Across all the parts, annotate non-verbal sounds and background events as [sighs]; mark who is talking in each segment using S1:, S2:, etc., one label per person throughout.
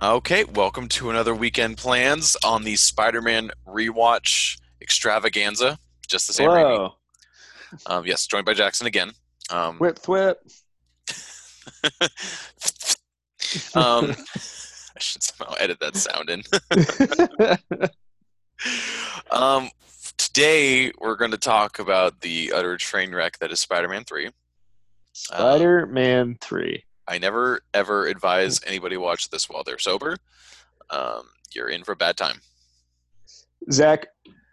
S1: Okay, welcome to another weekend plans on the Spider-Man rewatch extravaganza. Just the same. Raimi.
S2: Whoa.
S1: Um, yes, joined by Jackson again. Um,
S2: Whip thwip.
S1: um, [laughs] I should somehow edit that sound in. [laughs]
S2: [laughs]
S1: um, today we're going to talk about the utter train wreck that is Spider-Man Three. Uh,
S2: Spider Man 3.
S1: I never ever advise anybody watch this while they're sober. Um, you're in for a bad time.
S2: Zach,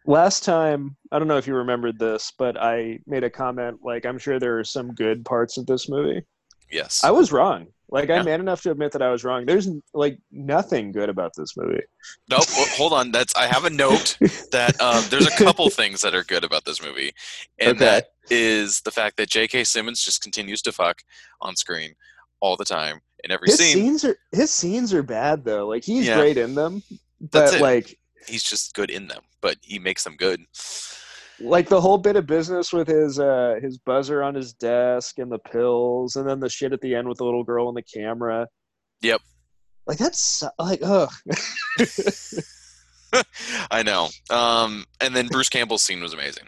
S2: last time, I don't know if you remembered this, but I made a comment like, I'm sure there are some good parts of this movie.
S1: Yes.
S2: I was wrong. Like,
S1: Yeah.
S2: I'm man enough to admit that I was wrong. There's like nothing good about this movie.
S1: Nope. ho- Hold on. That's I have a note that um, there's a couple things that are good about this movie, and
S2: Okay.
S1: that is the fact that J.K. Simmons just continues to fuck on screen all the time in every
S2: His
S1: scene.
S2: scenes are his scenes are bad though. Like he's
S1: Yeah.
S2: great in them,
S1: That's
S2: but
S1: it.
S2: like
S1: He's just good in them, but he makes them good.
S2: like the whole bit of business with his uh his buzzer on his desk and the pills and then the shit at the end with the little girl and the camera.
S1: Yep.
S2: Like that's like ugh.
S1: I know. Um, and then Bruce Campbell's scene was amazing.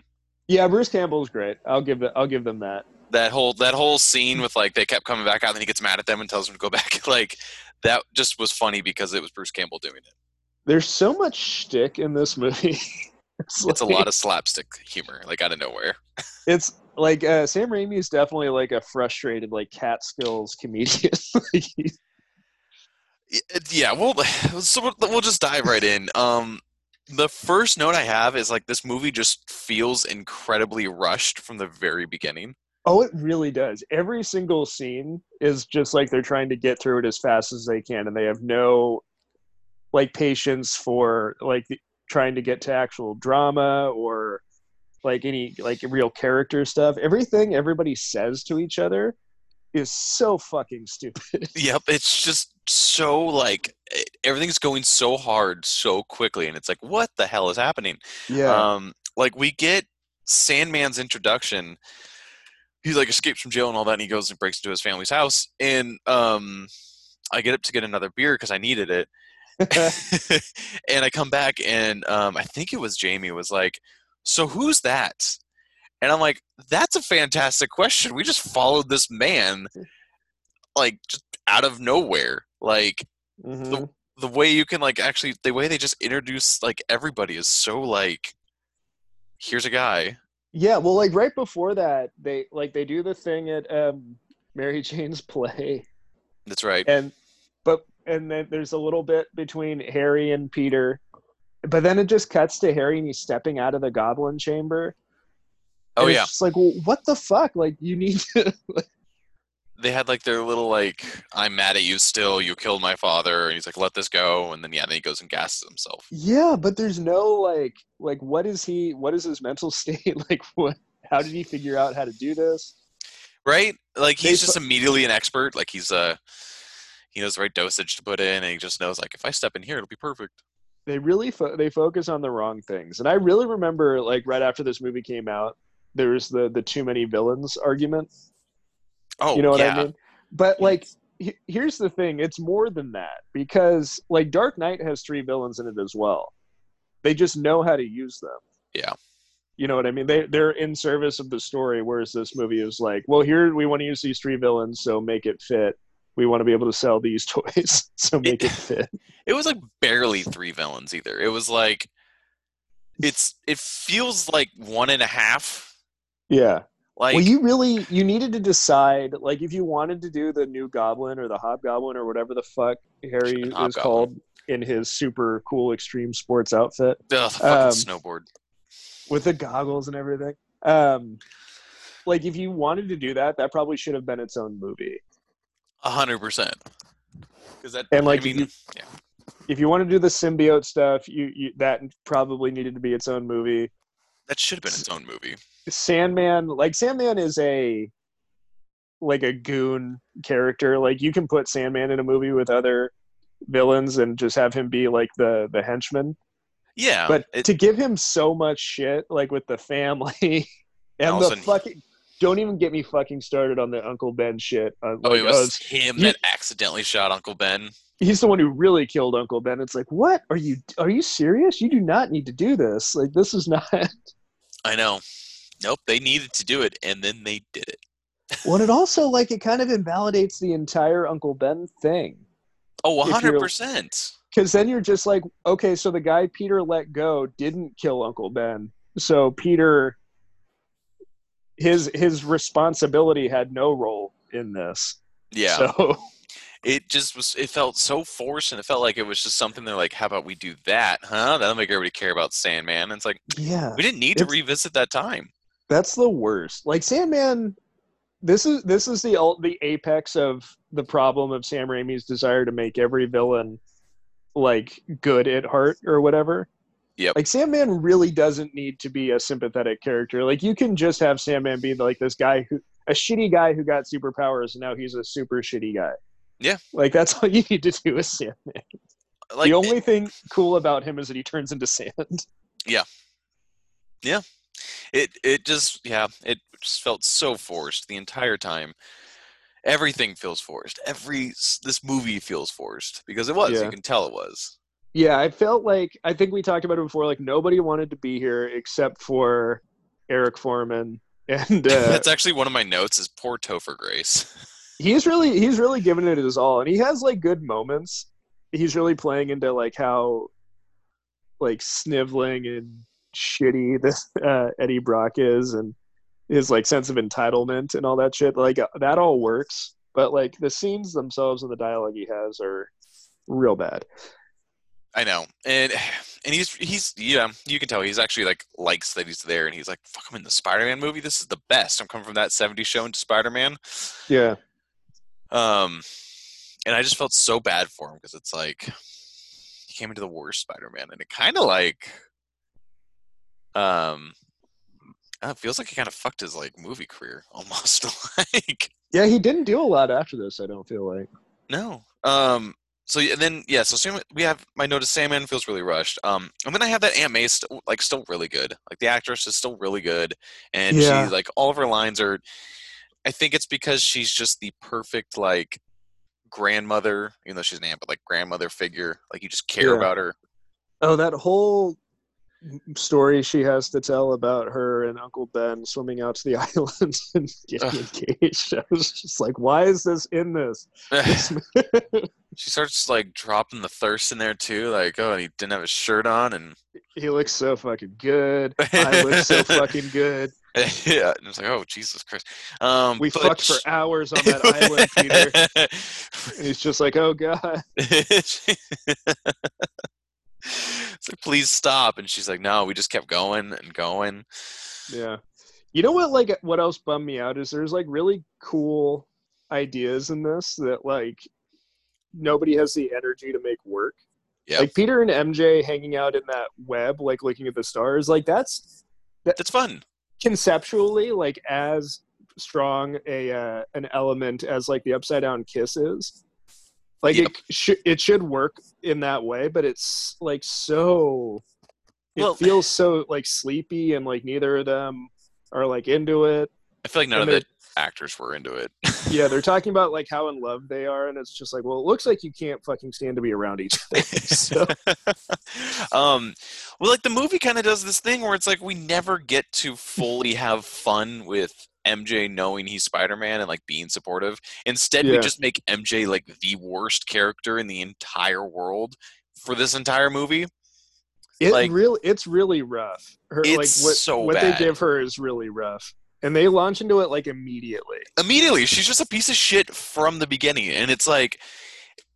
S2: Yeah, Bruce Campbell's great. I'll give the, I'll give them that.
S1: That whole that whole scene with like they kept coming back out, and then he gets mad at them and tells them to go back. [laughs] Like that just was funny because it was Bruce Campbell doing it.
S2: There's so much shtick in this movie. [laughs] it's,
S1: It's a lot of slapstick humor, like out of nowhere.
S2: It's like uh, Sam Raimi is definitely like a frustrated like Catskills comedian. [laughs] Like, he's-
S1: Y- uh, yeah well [sighs] so we'll- we'll just dive right in um the first note i have is like this movie just feels incredibly rushed from the very beginning
S2: oh, it really does. Every single scene is just like they're trying to get through it as fast as they can, and they have no like patience for like the, trying to get to actual drama or like any like real character stuff. Everything everybody says to each other is so fucking stupid.
S1: yep it's just so like it, everything's going so hard so quickly and it's like what the hell is happening
S2: Yeah.
S1: Um, like we get Sandman's introduction. He like escapes from jail and all that, and he goes and breaks into his family's house. And um, I get up to get another beer because I needed it, [laughs] and I come back and um, I think it was Jamie was like, "So who's that?" And I'm like, "That's a fantastic question. We just followed this man, like just out of nowhere, like."
S2: Mhm.
S1: the way you can like actually the way they just introduce like everybody is so like here's a guy
S2: Yeah, well, like right before that, they like they do the thing at um, Mary [laughs] Jane's play,
S1: that's right
S2: and but and then there's a little bit between Harry and Peter, but then it just cuts to Harry and he's stepping out of the Goblin Chamber.
S1: oh
S2: and it's
S1: yeah
S2: just like well, what the fuck? Like you need [laughs] to.
S1: they had like their little like i'm mad at you still you killed my father and he's like let this go and then yeah then he goes and gasses himself
S2: yeah, but there's no like like what is he? What is his mental [laughs] state? like what? How did he figure out how to do this?
S1: right like
S2: They
S1: he's
S2: fu-
S1: just immediately an expert like he's uh he knows the right dosage to put in and he just knows like if i step in here it'll be perfect
S2: they really fo- they focus on the wrong things and i really remember like right after this movie came out there was the the too many villains argument
S1: oh
S2: you know what
S1: yeah
S2: i mean but like he- here's the thing it's more than that because like dark knight has three villains in it as well they just know how to use them
S1: Yeah.
S2: you know what i mean they they're in service of the story whereas this movie is like well here we want to use these three villains so make it fit we want to be able to sell these [laughs] toys so make it fit
S1: it was like barely three villains either it was like it's it feels like one and a half
S2: yeah
S1: like
S2: well, you really you needed to decide, like, if you wanted to do the new Goblin or the Hobgoblin or whatever the fuck Harry
S1: Sure,
S2: is
S1: Hobgoblin.
S2: called in his super cool extreme sports outfit
S1: Ugh, the fucking
S2: Um,
S1: snowboard.
S2: with the goggles and everything. Um, like, if you wanted to do that, that probably should have been its own movie.
S1: A hundred percent. Because that
S2: And, like,
S1: I mean,
S2: you- If you want to do the symbiote stuff, you, you that probably needed to be its own movie.
S1: that should have been its own movie.
S2: Sandman, like Sandman is a like a goon character. Like you can put Sandman in a movie with other villains and just have him be like the the henchman.
S1: Yeah,
S2: but
S1: it-
S2: to give him so much shit, like with the family [laughs] and the
S1: Allison-
S2: fucking don't even get me fucking started on the Uncle Ben shit. Uh,
S1: oh,
S2: like,
S1: it
S2: oh,
S1: was
S2: it's-
S1: him
S2: you-
S1: that accidentally shot Uncle Ben.
S2: he's the one who really killed Uncle Ben. It's like, what are you? Are you serious? You do not need to do this. Like, this is not [laughs]
S1: I know. Nope, they needed to do it, and then they did it.
S2: well. And it also like it kind of invalidates the entire Uncle Ben thing
S1: Oh,
S2: If you're-
S1: 100%.
S2: because then you're just like, okay, so the guy Peter let go didn't kill Uncle Ben, so Peter his his responsibility had no role in this.
S1: Yeah.
S2: So
S1: It just was, it felt so forced, and it felt like it was just something they're like, how about we do that, huh? That'll make everybody care about Sandman. And it's like,
S2: yeah,
S1: we didn't need to
S2: It's-
S1: revisit that time.
S2: that's the worst. Like Sandman, this is this is the ul- the apex of the problem of Sam Raimi's desire to make every villain like good at heart or whatever.
S1: Yep.
S2: Like Sandman really doesn't need to be a sympathetic character. Like you can just have Sandman be like this guy who a shitty guy who got superpowers and now he's a super shitty guy.
S1: Yeah.
S2: Like that's [laughs] all you need to do with Sandman.
S1: Like,
S2: the only thing cool about him is that he turns into sand.
S1: it, it just, yeah, it just felt so forced the entire time. Everything feels forced. Every, s- this movie feels forced because it was.
S2: Yeah.
S1: You can tell it was. [laughs]
S2: Yeah, I felt like I think we talked about it before. Like nobody wanted to be here except for Eric Foreman, [laughs] and uh,
S1: That's actually one of my notes is poor Topher Grace. [laughs]
S2: he's really he's really giving it his all, and he has like good moments. He's really playing into like how like sniveling and shitty [laughs] this uh, Eddie Brock is, and his like sense of entitlement and all that shit. Like uh, that all works, but like the scenes themselves and the dialogue he has are real bad.
S1: I know, and [sighs] and he's he's yeah, you can tell he's actually like likes that he's there, and he's like, "Fuck, I'm in the Spider-Man movie. This is the best. I'm coming from that '70s show into Spider-Man."
S2: Yeah,
S1: Um, and I just felt so bad for him because it's like he came into the worst Spider-Man, and it kind of like, um, I don't know, it feels like he kind of fucked his like movie career [laughs] almost. like,
S2: yeah, he didn't do a lot after this. I don't feel like.
S1: No. Um. So yeah, and then yeah. So Sam, we have my notice. Sandman feels really rushed. Um. And then I have that Aunt May still like still really good. Like the actress is still really good, and
S2: Yeah.
S1: she like all of her lines are. I think it's because she's just the perfect like grandmother, even though she's an aunt, but like grandmother figure. Like you just care
S2: Yeah.
S1: about her.
S2: Oh, that whole story she has to tell about her and Uncle Ben swimming out to the [laughs] island and getting
S1: Ugh.
S2: engaged. [laughs] I was just like, why is this in this?
S1: [laughs] she starts like dropping the thirst in there too. Like oh, and he didn't have his shirt on, and [laughs]
S2: he looks so fucking good. I look so fucking good.
S1: yeah. And it's like oh Jesus Christ. Um.
S2: We
S1: but
S2: fucked for hours on that island, Peter.
S1: [laughs] Peter.
S2: And he's just like, oh god.
S1: [laughs] it's like, please stop. And she's like, no, we just kept going and going.
S2: Yeah. You know what? Like, what else bummed me out is there's like really cool ideas in this that like nobody has the energy to make work.
S1: Yep.
S2: Like Peter and MJ hanging out in that web, like looking at the stars. Like that's
S1: That's fun.
S2: conceptually like as strong a uh, an element as like the upside down kiss is. Like
S1: Yep.
S2: it should it should work in that way, but it's like so. It
S1: Well-
S2: feels so like sleepy, and like neither of them are like into it.
S1: I feel like none
S2: And
S1: of the actors were into it.
S2: Yeah, they're talking about like how in love they are, and it's just like, well, it looks like you can't fucking stand to be around each
S1: [laughs]
S2: other. So,
S1: [laughs] um, well, like the movie kind of does this thing where it's like we never get to fully have fun with MJ knowing he's Spider Man and like being supportive. Instead, we
S2: Yeah.
S1: just make MJ like the worst character in the entire world for this entire movie.
S2: it
S1: Like-
S2: really, it's really rough. Her,
S1: It's
S2: like what
S1: so
S2: what
S1: bad.
S2: they give her is really rough, and they launch into it like immediately.
S1: immediately she's just a piece of shit from the beginning and it's like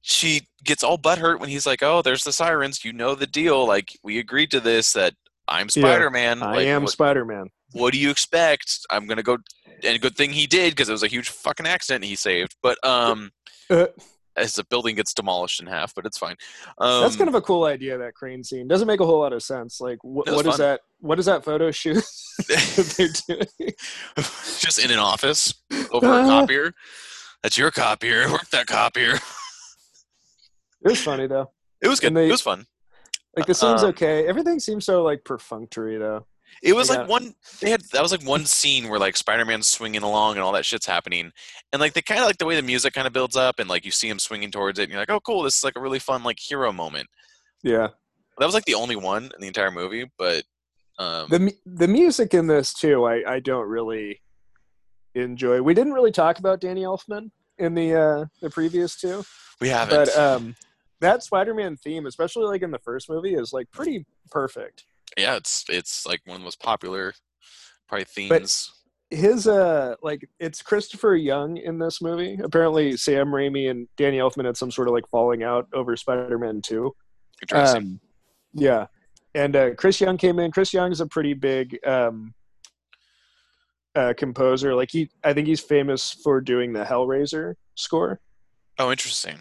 S1: she gets all butthurt when he's like oh there's the sirens you know the deal like we agreed to this that i'm
S2: Yeah,
S1: spider-man
S2: I
S1: like,
S2: am
S1: what,
S2: Spider Man.
S1: what do you expect i'm gonna go and good thing he did because it was a huge fucking accident he saved but um
S2: Uh.
S1: as the building gets demolished in half but it's fine um,
S2: That's kind of a cool idea. That crane scene doesn't make a whole lot of sense. Like, wh-
S1: That was
S2: what is
S1: fun.
S2: that? What is that photo shoot [laughs]
S1: [laughs]
S2: that they're doing?
S1: just in an office over a
S2: Ah.
S1: copier that's your copier [laughs] work that copier
S2: It was funny though.
S1: it was good
S2: And they-
S1: it was fun
S2: Like the scene's
S1: Um,
S2: okay. Everything seems so like perfunctory though.
S1: It was
S2: I
S1: like
S2: got-
S1: one they had that was like one scene where like Spider-Man's swinging along and all that shit's happening, and like they kind of like the way the music kind of builds up and like you see him swinging towards it and you're like, oh cool, this is like a really fun like hero moment.
S2: Yeah.
S1: That was like the only one in the entire movie, but um,
S2: the mu- the music in this too i i don't really enjoy we didn't really talk about danny elfman in the uh the previous two
S1: we haven't.
S2: but um that spider-man theme especially like in the first movie is like pretty perfect
S1: yeah, it's it's like one of the most popular probably themes.
S2: his uh like it's christopher young in this movie apparently sam raimi and danny elfman had some sort of like falling out over spider-man 2
S1: Interesting.
S2: Um, yeah. And uh, Chris Young came in. Chris Young's a pretty big um, uh, composer. Like he, I think he's famous for doing the Hellraiser score.
S1: oh, interesting.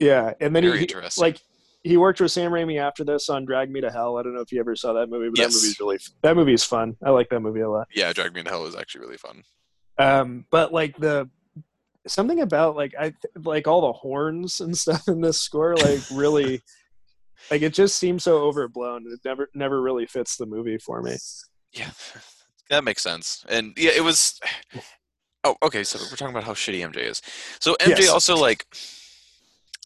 S2: Yeah, and then
S1: Very
S2: he, he
S1: interesting.
S2: like he worked with Sam Raimi after this on Drag Me to Hell. I don't know if you ever saw that movie, but
S1: Yes.
S2: that movie's really f- that movie's fun. I like that movie a lot.
S1: yeah, Drag Me to Hell is actually really fun.
S2: um but like the something about like i like all the horns and [laughs] stuff in this score like really like it just seems so overblown it never never really fits the movie for me
S1: Yeah, [laughs] that makes sense. And yeah, it was. [sighs] Oh, okay. So we're talking about how shitty MJ is. So MJ
S2: Yes.
S1: also like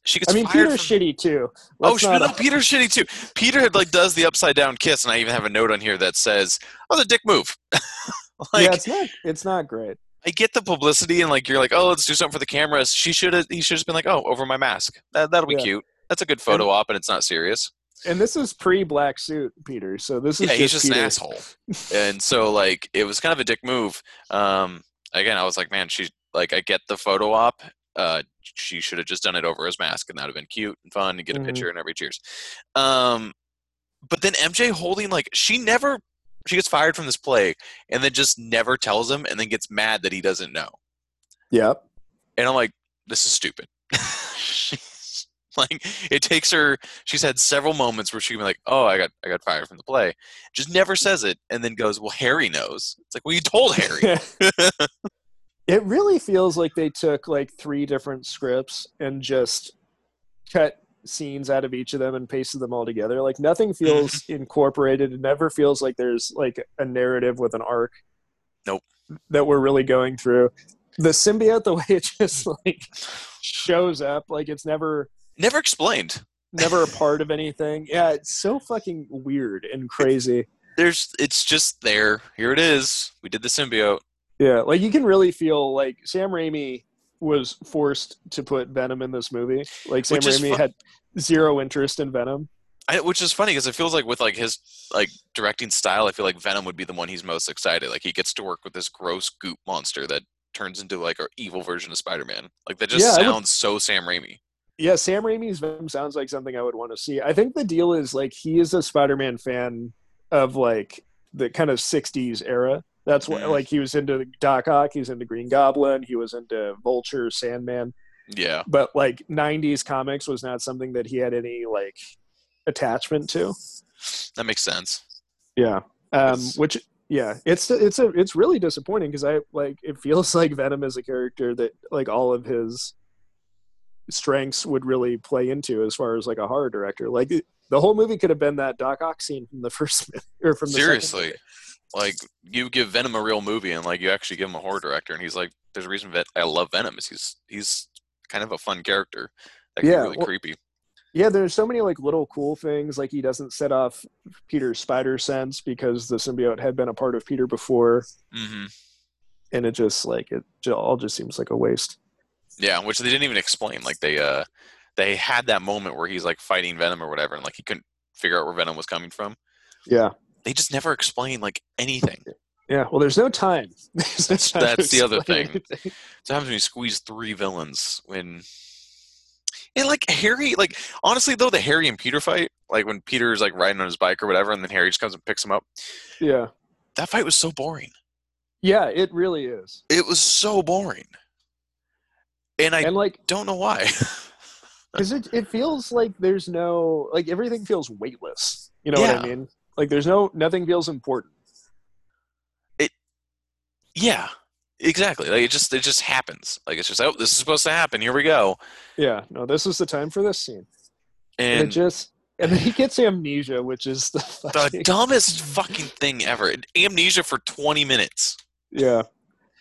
S1: she gets
S2: i mean
S1: fired.
S2: peter's
S1: from,
S2: shitty too
S1: oh,
S2: Let's
S1: sh-
S2: not-
S1: no,
S2: [laughs]
S1: Peter's shitty too. Peter had like does the upside down kiss, and I even have a note on here that says, "Oh, the dick move." [laughs] [laughs] like
S2: yeah it's not it's not great
S1: I get the publicity, and like you're like, "Oh, let's do something for the cameras." She should have. He should have been like, "Oh, over my mask. That, that'll be
S2: Yeah.
S1: cute. That's a good photo op, and it's not serious."
S2: and this is pre-black suit peter so this is
S1: yeah, he's
S2: just
S1: just
S2: Peter.
S1: an asshole. and
S2: [laughs]
S1: so like it was kind of a dick move. Um, again, I was like, man, she like I get the photo op. Uh, she should have just done it over his mask, and that'd have been cute and fun and get a
S2: Mhm.
S1: picture and every cheers. Um, but then MJ holding like she never she gets fired from this play and then just never tells him and then gets mad that he doesn't know.
S2: yep
S1: And I'm like, this is stupid. [laughs] She's- like it takes her she's had several moments where she can be like, Oh, I got I got fired from the play. Just never says it and then goes, Well, Harry knows. It's like, Well you told [laughs]
S2: [laughs]
S1: Harry.
S2: it really feels like they took like three different scripts and just cut scenes out of each of them and pasted them all together like nothing feels incorporated it never feels like there's like a narrative with an arc
S1: Nope.
S2: that we're really going through the symbiote the way it just like shows up like it's never
S1: never explained.
S2: never a part of anything yeah it's so fucking weird and crazy
S1: There's it's just there. Here it is. We did the symbiote.
S2: Yeah, like you can really feel like Sam Raimi was forced to put Venom in this movie. Like Sam
S1: Which is
S2: Raimi
S1: fu-
S2: had zero interest in Venom.
S1: I, which is funny because it feels like with like his like directing style, I feel like Venom would be the one he's most excited. Like he gets to work with this gross goop monster that turns into like our evil version of Spider-Man. Like that just
S2: Yeah, I would-
S1: sounds so Sam Raimi.
S2: Yeah, Sam Raimi's Venom sounds like something I would want to see. I think the deal is like he is a Spider-Man fan of like the kind of '60s era. That's what
S1: Mhm.
S2: like he was into Doc Ock, he's into Green Goblin, he was into Vulture, Sandman,
S1: Yeah.
S2: but like '90s comics was not something that he had any like attachment to.
S1: That makes sense.
S2: Yeah. Um,
S1: It's-
S2: which yeah, it's it's a it's really disappointing because I like it feels [laughs] like Venom is a character that like all of his strengths would really play into as far as like a horror director. Like it- the whole movie could have been that Doc Ock scene from the [laughs] first movie, or from the second
S1: Seriously.
S2: movie.
S1: Like you give Venom a real movie and like you actually give him a horror director and he's like there's a reason that I love Venom is he's he's kind of a fun character. That can
S2: Yeah,
S1: be really
S2: well-
S1: creepy.
S2: Yeah, there's so many like little cool things. Like he doesn't set off Peter's spider sense because the symbiote had been a part of Peter before,
S1: hmm
S2: and it just like it j- all just seems like a waste.
S1: Yeah, which they didn't even explain. Like they uh they had that moment where he's like fighting Venom or whatever and like he couldn't figure out where Venom was coming from.
S2: Yeah,
S1: They just never explain like anything.
S2: yeah. Well, there's no time. [laughs] There's no time to
S1: that's the other
S2: explain
S1: thing.
S2: anything.
S1: Sometimes when you squeeze three villains when and like Harry, like honestly though, the Harry and Peter fight, like when Peter's like riding on his bike or whatever, and then Harry just comes and picks him up.
S2: Yeah.
S1: that fight was so boring.
S2: Yeah, it really is.
S1: It was so boring. And I
S2: and like
S1: don't know why. [laughs]
S2: cuz it it feels like there's no like everything feels weightless. You know
S1: Yeah.
S2: what I mean? Like there's no nothing feels important.
S1: yeah. Exactly. Like it just it just happens. Like it's just oh, this is supposed to happen. Here we go.
S2: Yeah, no, this is the time for this scene. And,
S1: And
S2: it just and then he gets amnesia, which is the, [laughs]
S1: The
S2: fucking,
S1: dumbest fucking thing ever. Amnesia for 20 minutes. [laughs]
S2: yeah.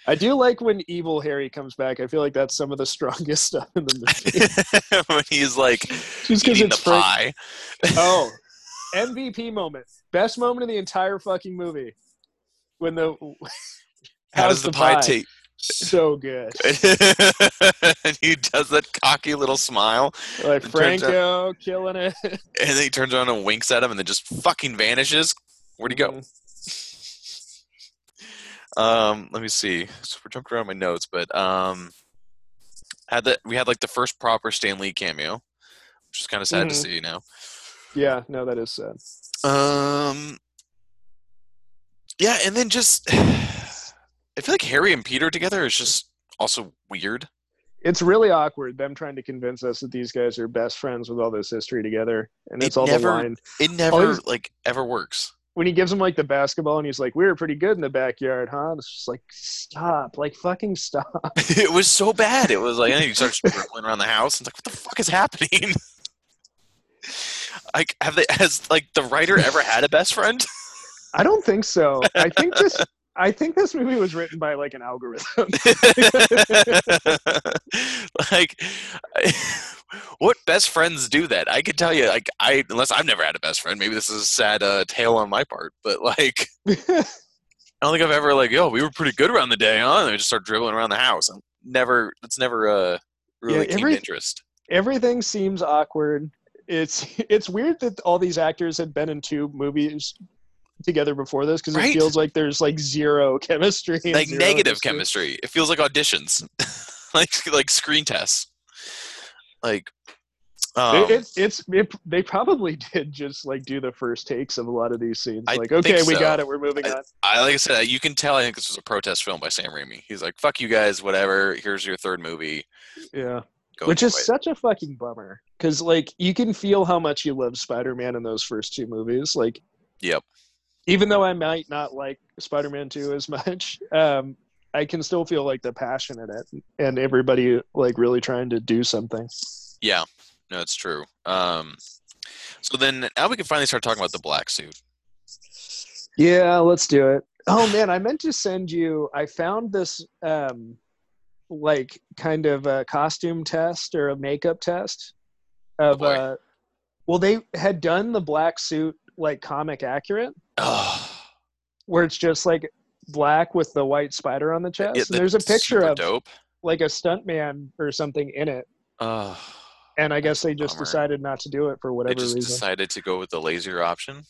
S2: I do like when evil Harry comes back. I feel like that's some of the [laughs] strongest stuff in the
S1: [laughs]
S2: movie.
S1: when he's like
S2: Just because
S1: eating the
S2: it's Frank-
S1: pie.
S2: Oh, MVP moment, best moment of the entire fucking movie. When the [laughs]
S1: How does the, pie, taste? [laughs]
S2: So good.
S1: and he does that cocky little smile,
S2: Like
S1: turns
S2: Franco killing it.
S1: and then he turns around and winks at him, and then just fucking vanishes. Where'd he go? Um, let me see. So we jumped around my notes, but um, had the we had like the first proper Stan Lee cameo, which is kind of sad to
S2: Mhm.
S1: see now.
S2: Yeah, no, that is sad.
S1: Um, yeah, and then just [sighs] I feel like Harry and Peter together is just also weird.
S2: It's really awkward them trying to convince us that these guys are best friends with all this history together, and
S1: It
S2: it's all
S1: never-
S2: the line
S1: It never
S2: Always-
S1: like ever works. [laughs]
S2: when he gives him like the basketball, and he's like, "We were pretty good in the backyard, huh?" And it's just like, stop, like fucking stop.
S1: it was so bad. It was like and he starts dribbling around the house. and It's like, what the fuck is happening? [laughs] Like, have they has like the writer ever had a best friend?
S2: I don't think so. I think
S1: [laughs]
S2: this. I think this movie was written by like an algorithm. [laughs]
S1: [laughs] like, what best friends do that? I could tell you, like, I unless I've never had a best friend. Maybe this is a sad uh, tale on my part, but
S2: [laughs]
S1: like, I don't think I've ever like, yo, we were pretty good around the day, huh? And they just start dribbling around the house. I'm never. That's never uh, really
S2: Yeah,
S1: came
S2: every-
S1: to
S2: [laughs]
S1: interest.
S2: Everything seems awkward. It's it's weird that all these actors had been in two movies together before this because
S1: Right.
S2: it feels like there's like zero chemistry. and
S1: like
S2: zero
S1: negative
S2: chemistry.
S1: chemistry. It feels like auditions, [laughs] like like screen tests. Like, um,
S2: It, it, it's it, they probably [laughs] did just like do the first takes of a lot of these scenes.
S1: I
S2: like,
S1: think
S2: okay, we
S1: so.
S2: got it. We're moving on.
S1: I like I said, you can tell. I think this was a protest film by Sam Raimi. He's like, "Fuck you guys, whatever. Here's your third movie."
S2: Yeah,
S1: Go
S2: which is
S1: enjoy it."
S2: such a fucking bummer because like you can feel how much you love Spider-Man in those first two movies. Like,
S1: Yep.
S2: Even though I might not like Spider-Man Two as [laughs] much, um, I can still feel like the passion in it and everybody like really trying to do something.
S1: yeah, no, it's true. Um, so then now we can finally start talking about the black suit. [sighs]
S2: Yeah, let's do it. Oh man, I meant to send you. I found this um, like kind of a costume test or a makeup test of.
S1: boy.
S2: uh, well, they had done the black suit like comic accurate,
S1: Oh,
S2: where it's just like black with the white spider on the chest. and there's a picture of
S1: dope.
S2: like a stuntman or something in it,
S1: Oh,
S2: and I guess they just
S1: bummer.
S2: decided not to do it for
S1: they
S2: whatever
S1: just
S2: reason.
S1: decided to go with the lazier option.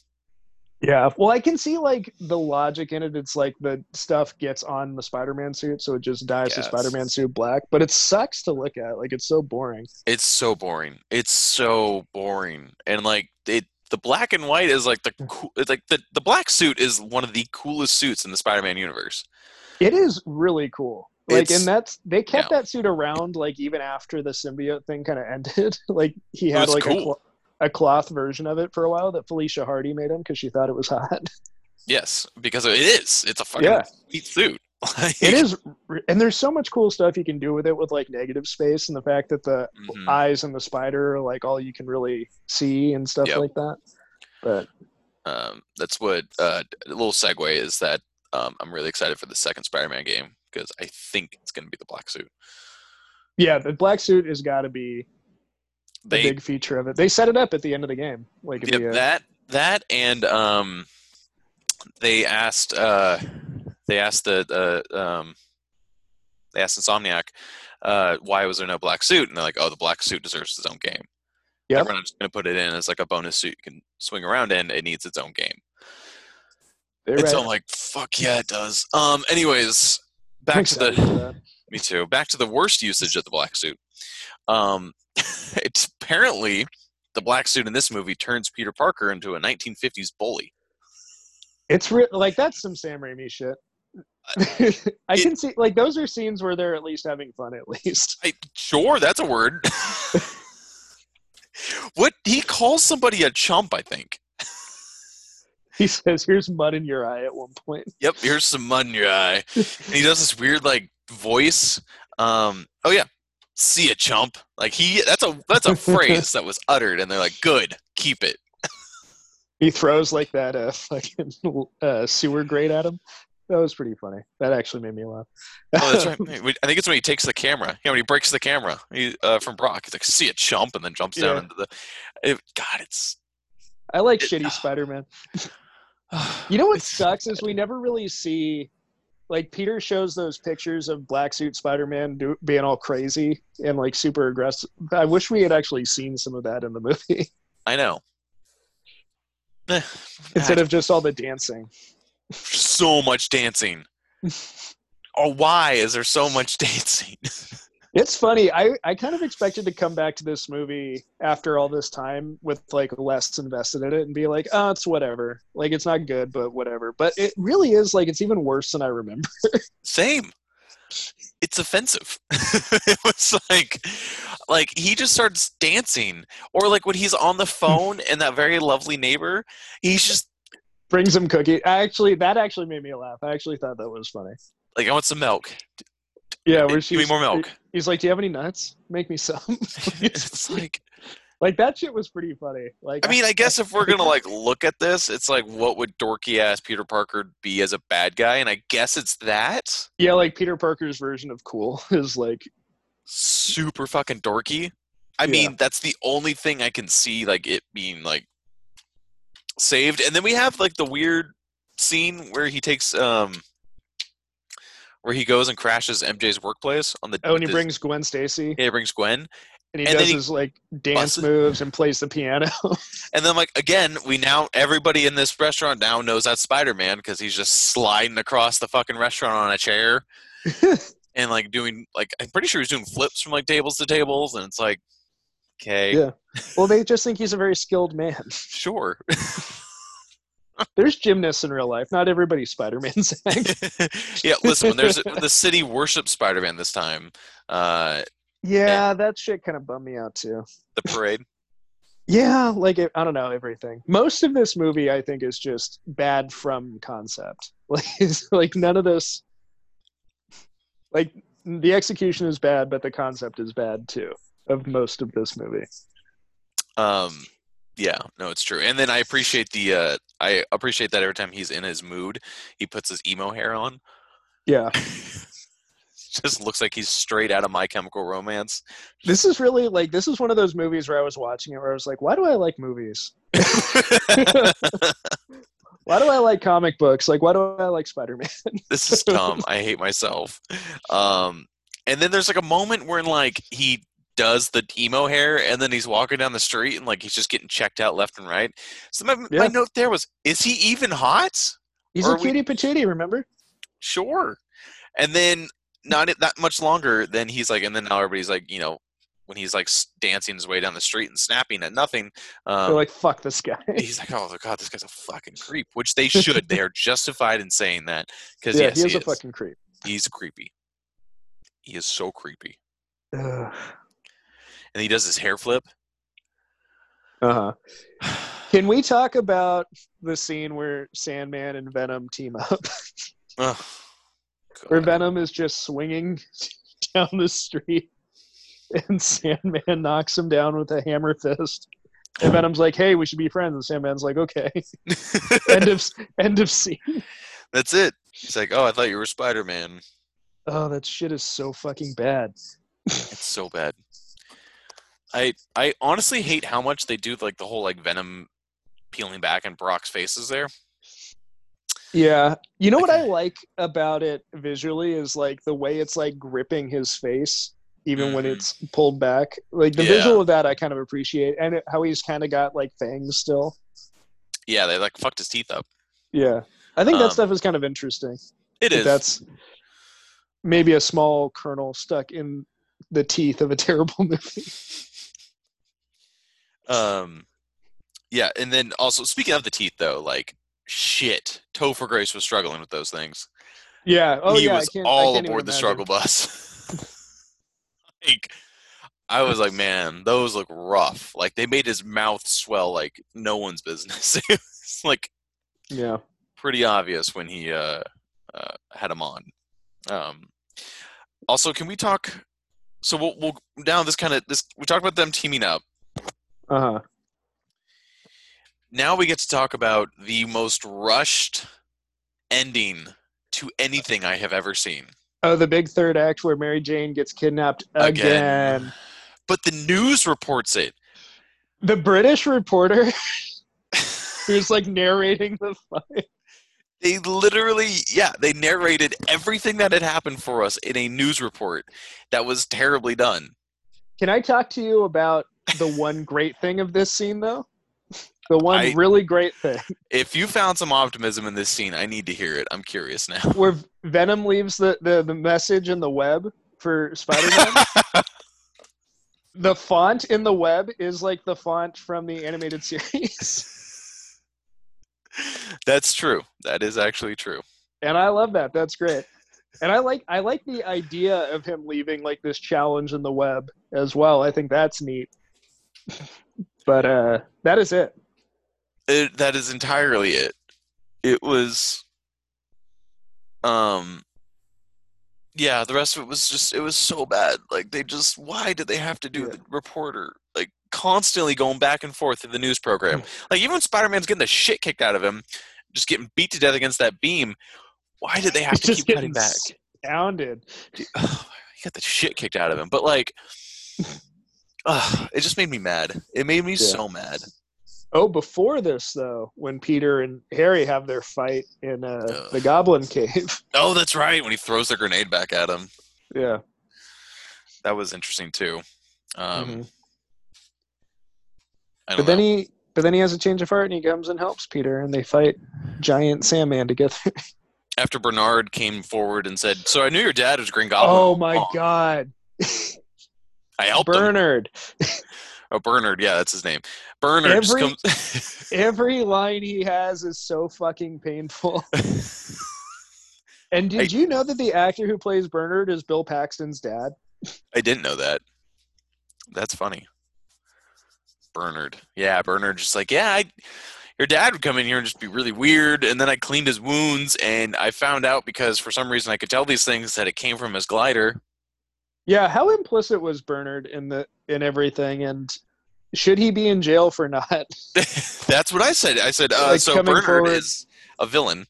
S2: Yeah. Well, I can see like the logic in it. It's like the stuff gets on the Spider-Man suit, so it just dyes the
S1: Yes.
S2: Spider-Man suit black. But it sucks to look at. Like it's so boring.
S1: It's so boring. It's so boring. And like it the black and white is like the
S2: Mm.
S1: cool it's like the, the black suit is one of the coolest suits in the Spider-Man universe.
S2: It is really cool. Like,
S1: It's-
S2: and that's they kept
S1: yeah.
S2: that suit around. Like even after the symbiote thing kind of ended, [laughs] like he
S1: was
S2: had like
S1: cool.
S2: a, clo- a cloth version of it for a while that Felicia Hardy made him because she thought it was hot. [laughs]
S1: Yes, because it is. It's a fucking
S2: Yeah.
S1: sweet suit. [laughs] Like,
S2: it is, r- and there's so much cool stuff you can do with it with like negative space and the fact that the
S1: mhm.
S2: eyes and the spider are like all you can really see and stuff
S1: Yep.
S2: like that. But
S1: Um, that's what uh, a little segue is that um, I'm really excited for the second Spider-Man game because I think it's going to be the black suit.
S2: yeah, the black suit has got to be the
S1: They
S2: big feature of it. They set it up at the end of the game. Like it'd
S1: Yeah,
S2: be a-
S1: that that and um, they asked uh, they asked the uh, um, they asked Insomniac uh, why was there no black suit, and they're like, oh, the black suit deserves its own game.
S2: Yep.
S1: Like, we're not just gonna put it in as like a bonus suit you can swing around in. It needs its own game.
S2: they're
S1: And so
S2: right.
S1: I'm like, fuck yeah, it does. Um, anyways,
S2: I'm
S1: back to
S2: excited
S1: the
S2: for that.
S1: [laughs] me too. Back to the worst usage of the black suit. Um, [laughs] it's apparently the black suit in this movie turns Peter Parker into a 1950s bully.
S2: It's re- like that's some Sam Raimi shit. [laughs] I
S1: It-
S2: can see like those are scenes where they're at least having fun. At least [laughs]
S1: I, sure, that's a word. [laughs] what he calls somebody a chump, I think.
S2: he says, "Here's mud in your eye." At one point,
S1: Yep, here's some mud in your eye. And he does this weird like voice. Um, oh yeah, see a chump. Like he that's a that's a phrase that was uttered, and they're like, good, keep it.
S2: He throws like that uh, [laughs] fucking uh, sewer grate at him. That was pretty funny. That actually made me laugh.
S1: Oh, that's
S2: [laughs]
S1: right. We- I think it's when he takes the camera. You know, when he breaks the camera he, uh, from Brock. He's like, "See it, chump," and then jumps down
S2: Yeah.
S1: into the. It, God, it's.
S2: I like
S1: It- uh,
S2: shitty Spider-Man. You know what sucks is we never really see, like Peter shows those pictures of black suit Spider-Man do, being all crazy and like super aggressive. I wish we had actually seen some of that in the movie
S1: [sighs]
S2: [laughs]
S1: I
S2: [sighs]
S1: know. Eh,
S2: instead of just all the dancing.
S1: [sighs] so much
S2: [laughs]
S1: dancing. or why is there so much [laughs] dancing?
S2: It's funny. I I kind of expected to come back to this movie after all this time with like less invested in it and be like, oh, it's whatever. Like it's not good, but whatever. But it really is like it's even worse than I remember. [laughs]
S1: Same. It's offensive. [laughs] it was like, like he just starts dancing, or like when he's on the
S2: Hmm.
S1: phone and that very lovely neighbor, he's just
S2: brings him cookie. I actually, that actually made me laugh. I actually thought that was funny.
S1: like, "I want some milk.
S2: Yeah, where
S1: Give me
S2: she's-
S1: more milk."
S2: He's like, "Do you have any nuts? Make
S1: [laughs]
S2: me some." [laughs]
S1: it's like,
S2: like that shit was pretty funny. Like,
S1: I mean, I guess if we're gonna like look at this, it's like, what would dorky ass Peter Parker be as a bad guy? And I guess it's that
S2: yeah, like Peter Parker's version of cool [laughs] is like,
S1: super fucking dorky. I
S2: Yeah.
S1: mean, that's the only thing I can see like it being like saved. And then we have like the weird scene where he takes um where he goes and crashes MJ's workplace on the
S2: oh, and he
S1: the-
S2: brings Gwen Stacy,
S1: yeah, he brings Gwen.
S2: and he
S1: and then
S2: does
S1: he
S2: his like dance
S1: busts-
S2: moves and plays the piano. [laughs]
S1: And then, like again, we now everybody in this restaurant now knows that's Spider Man because he's just sliding across the fucking restaurant on a chair, and like doing like I'm pretty sure he's doing flips from like tables to tables, and it's like, okay,
S2: Yeah. well, they just think he's a very skilled man. [laughs]
S1: sure. [laughs]
S2: There's gymnasts in real life. Not everybody's Spider-Man's. [laughs]
S1: [laughs] yeah, listen, when there's when the city worships Spider Man this time, uh,
S2: yeah, that shit kind of bummed me out too.
S1: the parade.
S2: Yeah, like it, I don't know everything. Most of this movie, I think, is just bad from concept. [laughs] Like, it's, like none of this. Like the execution is bad, but the concept is bad too. Of most of this movie,
S1: Um, yeah, no, it's true. And then I appreciate the uh, I appreciate that every time he's in his mood, he puts his emo hair on. [laughs]
S2: yeah,
S1: just looks like he's straight out of My Chemical Romance.
S2: this is really like this is one of those movies where I was watching it where I was like, why do I
S1: [laughs]
S2: like movies? [laughs] Why do I like comic books? Like, why do I like Spider Man?
S1: this is dumb. I hate
S2: [laughs]
S1: myself. Um, and then there's like a moment when like he does the emo hair, and then he's walking down the street, and like he's just getting checked out left and right. So my, my
S2: Yeah.
S1: note there was: Is he even hot?
S2: He's
S1: Or
S2: a
S1: we-
S2: cutie patootie, remember?
S1: Sure. And then not it- that much longer. Then he's like, and then now everybody's like, you know, when he's like s- dancing his way down the street and snapping at nothing. Um,
S2: They're like, fuck this guy. [laughs]
S1: he's like, oh god, this guy's a fucking creep, which they should. they are justified in saying that because
S2: yeah,
S1: yes,
S2: he is
S1: he
S2: a fucking creep.
S1: he's creepy. He is so creepy,
S2: Uh
S1: and he does his hair flip.
S2: huh. [sighs] Can we talk about the scene where Sandman and Venom team up? [laughs]
S1: Ugh.
S2: where
S1: God.
S2: Venom is just swinging [laughs] down the street and Sandman knocks him down with a hammer fist. And Venom's like, hey, we should be friends. And Sandman's like, okay. [laughs] end, of, end of scene.
S1: [laughs] That's it. He's like, oh, I thought you were Spider Man.
S2: Oh, that shit is so fucking bad.
S1: It's so bad. I I honestly hate how much they do like the whole like Venom peeling back and Brock's face is there.
S2: Yeah. You know what I
S1: Okay.
S2: like about it visually is like the way it's like gripping his face even when
S1: Mhm.
S2: it's pulled back. Like the
S1: Yeah.
S2: visual of that I kind of appreciate and it, how he's kind of got like fangs still.
S1: Yeah, they like fucked his teeth up.
S2: Yeah. I think that
S1: Um,
S2: stuff is kind of interesting.
S1: It
S2: that
S1: is.
S2: That's maybe a small kernel stuck in the teeth of a [laughs] terrible movie.
S1: Um, yeah, and then also speaking of the teeth, though, like shit, Topher Grace was struggling with those things.
S2: Yeah. Oh
S1: he
S2: yeah.
S1: was
S2: I can't, I
S1: all
S2: can't even
S1: aboard the
S2: imagine.
S1: struggle bus. [laughs] like, I was like, man, those look rough. Like they made his mouth swell like no one's business. [laughs] it's like
S2: Yeah.
S1: pretty obvious when he uh, uh, had him on. Um, also, can we talk? So we'll, we'll
S2: Uh-huh.
S1: now this kind of this we talked about them teaming up.
S2: Uh huh.
S1: now we get to talk about the most rushed ending to anything I have ever seen.
S2: Oh, the big third act where Mary Jane gets kidnapped again.
S1: Again. But the news reports it.
S2: The British reporter [laughs] who's like narrating the fight.
S1: They literally, yeah, they narrated everything that had happened for us in a news report that was terribly done.
S2: Can I talk to you about the one great thing of this scene though? The one
S1: I-
S2: really great thing
S1: If you found some optimism in this scene, I need to hear it. I'm curious now. [laughs]
S2: where Venom leaves the, the, the message in the web for Spider Man. the font in the web is like the font from the animated series.
S1: That's true. That is actually true.
S2: and I love that. That's great. And I like I like the idea of him leaving like this challenge in the web as well. I think that's neat. [laughs] But uh that is it.
S1: It, that is entirely it. It was, um, yeah. The rest of it was just it was so bad. Like they just why did they have to do
S2: Yeah.
S1: the reporter like constantly going back and forth in the news program?
S2: Mm.
S1: like even when Spider Man's getting the shit kicked out of him, just getting beat to death against that beam. Why did they have to
S2: Just
S1: keep cutting
S2: getting
S1: back?
S2: astounded.
S1: he got the shit kicked out of him. But
S2: [laughs]
S1: like, ugh, it just made me mad. It made me
S2: Yeah.
S1: so mad.
S2: Oh, before this though, when Peter and Harry have their fight in uh,
S1: Ugh.
S2: the Goblin Cave. [laughs]
S1: Oh, that's right. When he throws the grenade back at him,
S2: yeah.
S1: that was interesting too. Um,
S2: Mhm.
S1: I don't
S2: But then
S1: know.
S2: he but then he has a change of heart and he comes and helps Peter and they fight giant Sandman together. [laughs]
S1: after Bernard came forward and said, "So I knew your dad was Green Goblin.
S2: oh my
S1: Oh,
S2: god.
S1: I helped him."
S2: Bernard.
S1: Oh, Bernard. Yeah, that's his name. Bernard just
S2: Every-
S1: comes. [laughs]
S2: Every line he has is so fucking
S1: [laughs]
S2: painful. and did you know that the actor who plays Bernard is Bill Paxton's dad?
S1: I didn't know that. That's funny. Bernard. Yeah, Bernard just like, yeah, I, your dad would come in here and just be really weird. And then I cleaned his wounds and I found out because for some reason I could tell these things that it came from his glider. [laughs]
S2: Yeah, how implicit was Bernard in the in everything and should he be in jail for not? [laughs]
S1: That's what I said. I said, uh,
S2: Like,
S1: so
S2: coming
S1: Bernard
S2: forward-
S1: is a villain.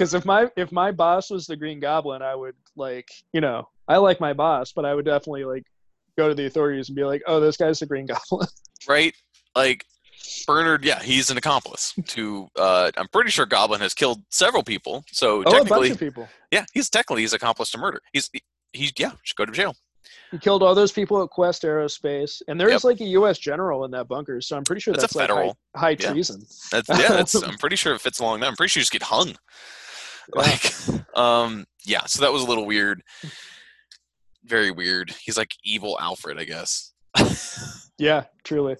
S2: Because if my if my boss was the Green Goblin, I would like, you know, I like my boss, but I would definitely like go to the authorities and be like, "Oh, this guy's the Green Goblin."
S1: right? Like Bernard, yeah, he's an accomplice to. Uh, I'm pretty sure Goblin has killed several people, so
S2: [laughs] Oh, a bunch
S1: technically,
S2: of people.
S1: yeah, he's technically he's accomplice to murder. He's he, he yeah, should go to jail.
S2: He killed all those people at Quest Aerospace, and there's
S1: Yep.
S2: like a U.S. general in that bunker, so I'm pretty sure
S1: That's a
S2: that's, like high,
S1: federal.
S2: high
S1: Yeah.
S2: treason.
S1: That's yeah,
S2: [laughs]
S1: that's. I'm pretty sure it fits along that. I'm pretty sure you just get hung. Like, um, yeah. So that was a little weird. Very weird. He's like evil Alfred, I guess.
S2: Yeah, truly.